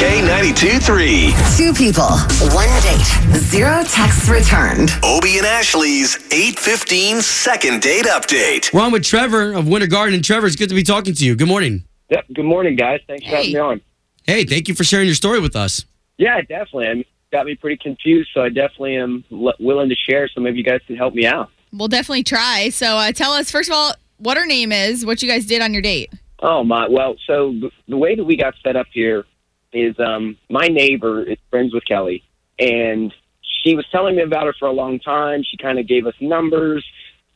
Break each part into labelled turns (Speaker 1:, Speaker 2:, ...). Speaker 1: K92 3.
Speaker 2: Two people, one date, zero texts returned.
Speaker 1: Obie and Ashley's 815 second date update.
Speaker 3: We're on with Trevor of Winter Garden. And Trevor, it's good to be talking to you. Good morning.
Speaker 4: Yep. Good morning, guys. Thanks for having me on.
Speaker 3: Hey, thank you for sharing your story with us.
Speaker 4: Yeah, definitely. I mean, it got me pretty confused, so I definitely am l- willing to share. So maybe you guys can help me out.
Speaker 5: We'll definitely try. So uh, tell us, first of all, what her name is, what you guys did on your date.
Speaker 4: Oh my! Well, so th- the way that we got set up here is um, my neighbor is friends with Kelly, and she was telling me about her for a long time. She kind of gave us numbers,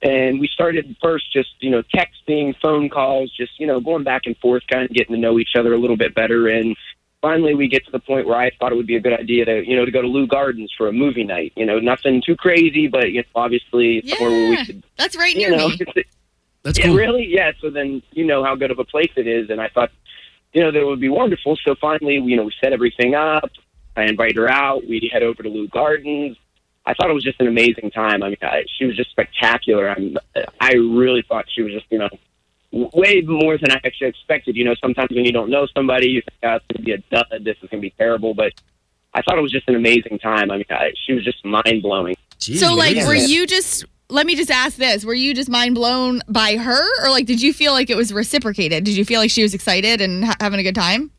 Speaker 4: and we started first just you know texting, phone calls, just you know going back and forth, kind of getting to know each other a little bit better. And finally, we get to the point where I thought it would be a good idea to you know to go to Lou Gardens for a movie night. You know, nothing too crazy, but you know, obviously somewhere where we
Speaker 5: Yeah.
Speaker 4: could
Speaker 5: That's right
Speaker 4: you
Speaker 5: near
Speaker 4: know.
Speaker 5: me.
Speaker 3: That's
Speaker 4: Yeah,
Speaker 3: cool.
Speaker 4: really? Yeah. So then you know how good of a place it is, and I thought, you know, that it would be wonderful. So finally, you know, we set everything up. I invite her out. We head over to Lou Gardens. I thought it was just an amazing time. I mean, I, she was just spectacular. I'm, I really thought she was just, you know, w- way more than I actually expected. You know, sometimes when you don't know somebody, you think, oh, it's going to be a dud. This is going to be terrible. But I thought it was just an amazing time. I mean, I, she was just mind blowing.
Speaker 3: Jeez,
Speaker 5: so, like,
Speaker 3: Louise.
Speaker 5: were you just, let me just ask this, were you just mind blown by her? Or, like, did you feel like it was reciprocated? Did you feel like she was excited and ha- having a good time?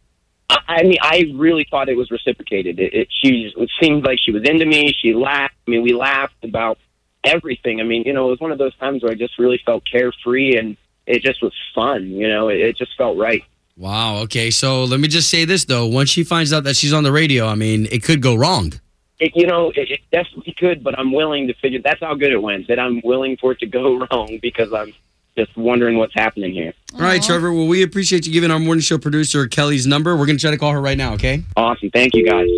Speaker 4: I I mean, I really thought it was reciprocated. It, it, she it seemed like she was into me. She laughed. I mean, we laughed about everything. I mean, you know, it was one of those times where I just really felt carefree and it just was fun. You know, it, it just felt right.
Speaker 3: Wow. Okay. So let me just say this though: once she finds out that she's on the radio, I mean, it could go wrong.
Speaker 4: It, you know, it, it definitely could, but I'm willing to figure. That's how good it went. That I'm willing for it to go wrong because I'm just wondering what's happening here.
Speaker 3: All right,
Speaker 5: Aw.
Speaker 3: Trevor. Well, we appreciate you giving our morning show producer Kelly's number. We're gonna try to call her right now. Okay.
Speaker 4: Awesome. Thank you guys.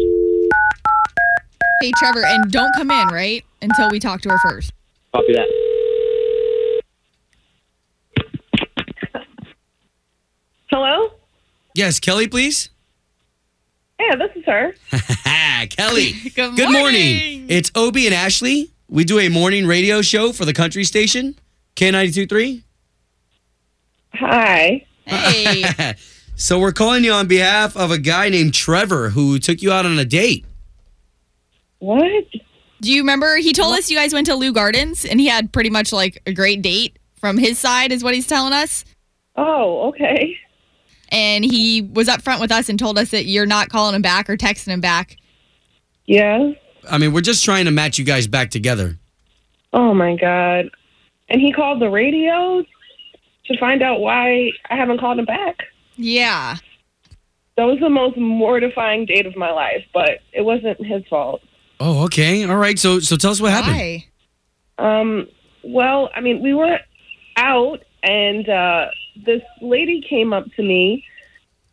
Speaker 5: Hey, Trevor, and don't come in, right? Until we talk to her first.
Speaker 4: Copy that.
Speaker 6: Hello?
Speaker 3: Yes, Kelly, please.
Speaker 6: Yeah, this is her.
Speaker 3: Kelly.
Speaker 5: Good
Speaker 3: Good morning.
Speaker 5: morning.
Speaker 3: It's Obie and Ashley. We do a morning radio show for the country station K92.3.
Speaker 6: Hi.
Speaker 5: Hey.
Speaker 3: so we're calling you on behalf of a guy named Trevor who took you out on a date.
Speaker 6: What?
Speaker 5: Do you remember he told us you guys went to Lou Gardens and he had pretty much like a great date from his side is what he's telling us.
Speaker 6: Oh, okay.
Speaker 5: And he was up front with us and told us that you're not calling him back or texting him back.
Speaker 6: Yeah.
Speaker 3: I mean, we're just trying to match you guys back together.
Speaker 6: Oh my god. And he called the radio to find out why I haven't called him back.
Speaker 5: Yeah.
Speaker 6: That was the most mortifying date of my life, but it wasn't his fault.
Speaker 3: Oh, okay. All right. So so tell us what happened.
Speaker 5: Why?
Speaker 6: Um, well, I mean, we were out, and uh, this lady came up to me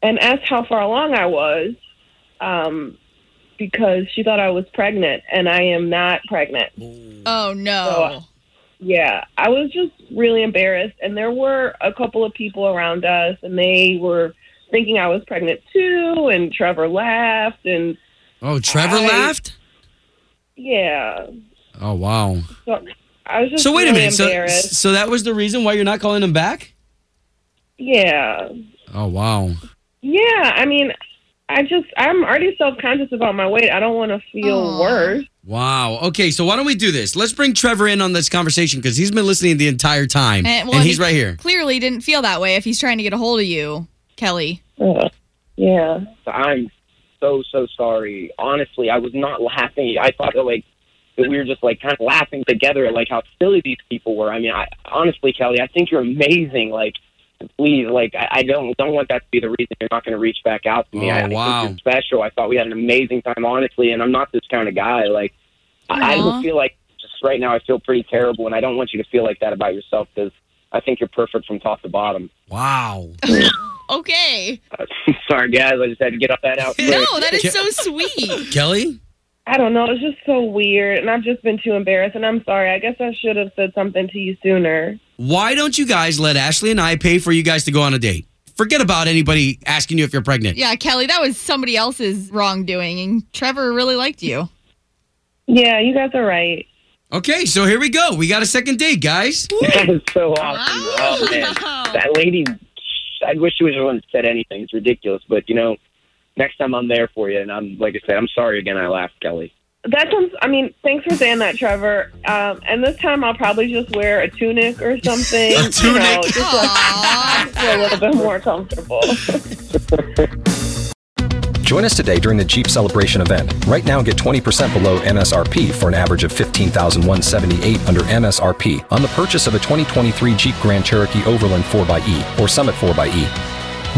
Speaker 6: and asked how far along I was um, because she thought I was pregnant, and I am not pregnant.
Speaker 5: Oh no.
Speaker 6: Yeah, I was just really embarrassed, and there were a couple of people around us, and they were thinking I was pregnant too. And Trevor laughed, and
Speaker 3: Oh, Trevor
Speaker 6: I-
Speaker 3: laughed?
Speaker 6: yeah,
Speaker 3: Oh, wow.
Speaker 6: so I was just
Speaker 3: So wait a
Speaker 6: really
Speaker 3: minute. So
Speaker 6: embarrassed.
Speaker 3: so that was the reason why you're not calling him back?
Speaker 6: yeah,
Speaker 3: Oh, wow.
Speaker 6: yeah. I mean, I just I'm already self conscious about my weight. I don't want to feel
Speaker 5: Aw.
Speaker 6: worse.
Speaker 3: Wow. Okay, so why don't we do this? Let's bring Trevor in on this conversation because he's been listening the entire time,
Speaker 5: Eh,
Speaker 3: and,
Speaker 5: well, I
Speaker 3: he's
Speaker 5: mean-
Speaker 3: right here.
Speaker 5: Clearly didn't feel that way if he's trying to get a hold of you, Kelly.
Speaker 6: Ugh. Yeah.
Speaker 4: I'm so so sorry. Honestly, I was not laughing. I thought that like that we were just like kind of laughing together at like how silly these people were. I mean, I honestly, Kelly, I think you're amazing. Like, please, like I, I don't don't want that to be the reason you're not going to reach back out to me.
Speaker 3: Oh,
Speaker 4: I, I
Speaker 3: wow.
Speaker 4: think you're special. I thought we had an amazing time, honestly, and I'm not this kind of guy. Like, I, I
Speaker 5: Aw.
Speaker 4: just feel like just right now I feel pretty terrible, and I don't want you to feel like that about yourself because I think you're perfect from top to bottom.
Speaker 3: Wow.
Speaker 5: Okay.
Speaker 4: sorry, guys, I just had to get up that out. quick.
Speaker 5: No, that is so sweet.
Speaker 3: Kelly?
Speaker 6: I don't know. It's just so weird, and I've just been too embarrassed. And I'm sorry. I guess I should have said something to you sooner.
Speaker 3: Why don't you guys let Ashley and I pay for you guys to go on a date? Forget about anybody asking you if you're pregnant.
Speaker 5: Yeah, Kelly, that was somebody else's wrongdoing and Trevor really liked you.
Speaker 6: Yeah, you guys are right.
Speaker 3: Okay, so here we go. We got a second date, guys.
Speaker 4: That is so awesome.
Speaker 5: Oh,
Speaker 4: Oh man, that lady. I wish she was the one that said anything. It's ridiculous, but you know, next time I'm there for you. And I'm like I said, I'm sorry again. I laughed, Kelly.
Speaker 6: That sounds. I mean, thanks for saying that, Trevor. Um, and this time I'll probably just wear a tunic or something.
Speaker 3: A
Speaker 6: You know,
Speaker 3: tunic.
Speaker 6: just like, feel a little bit more comfortable.
Speaker 7: Join us today during the Jeep Celebration event. Right now, get 20% below MSRP for an average of 15178 under MSRP on the purchase of a 2023 Jeep Grand Cherokee Overland 4xE or Summit 4xE.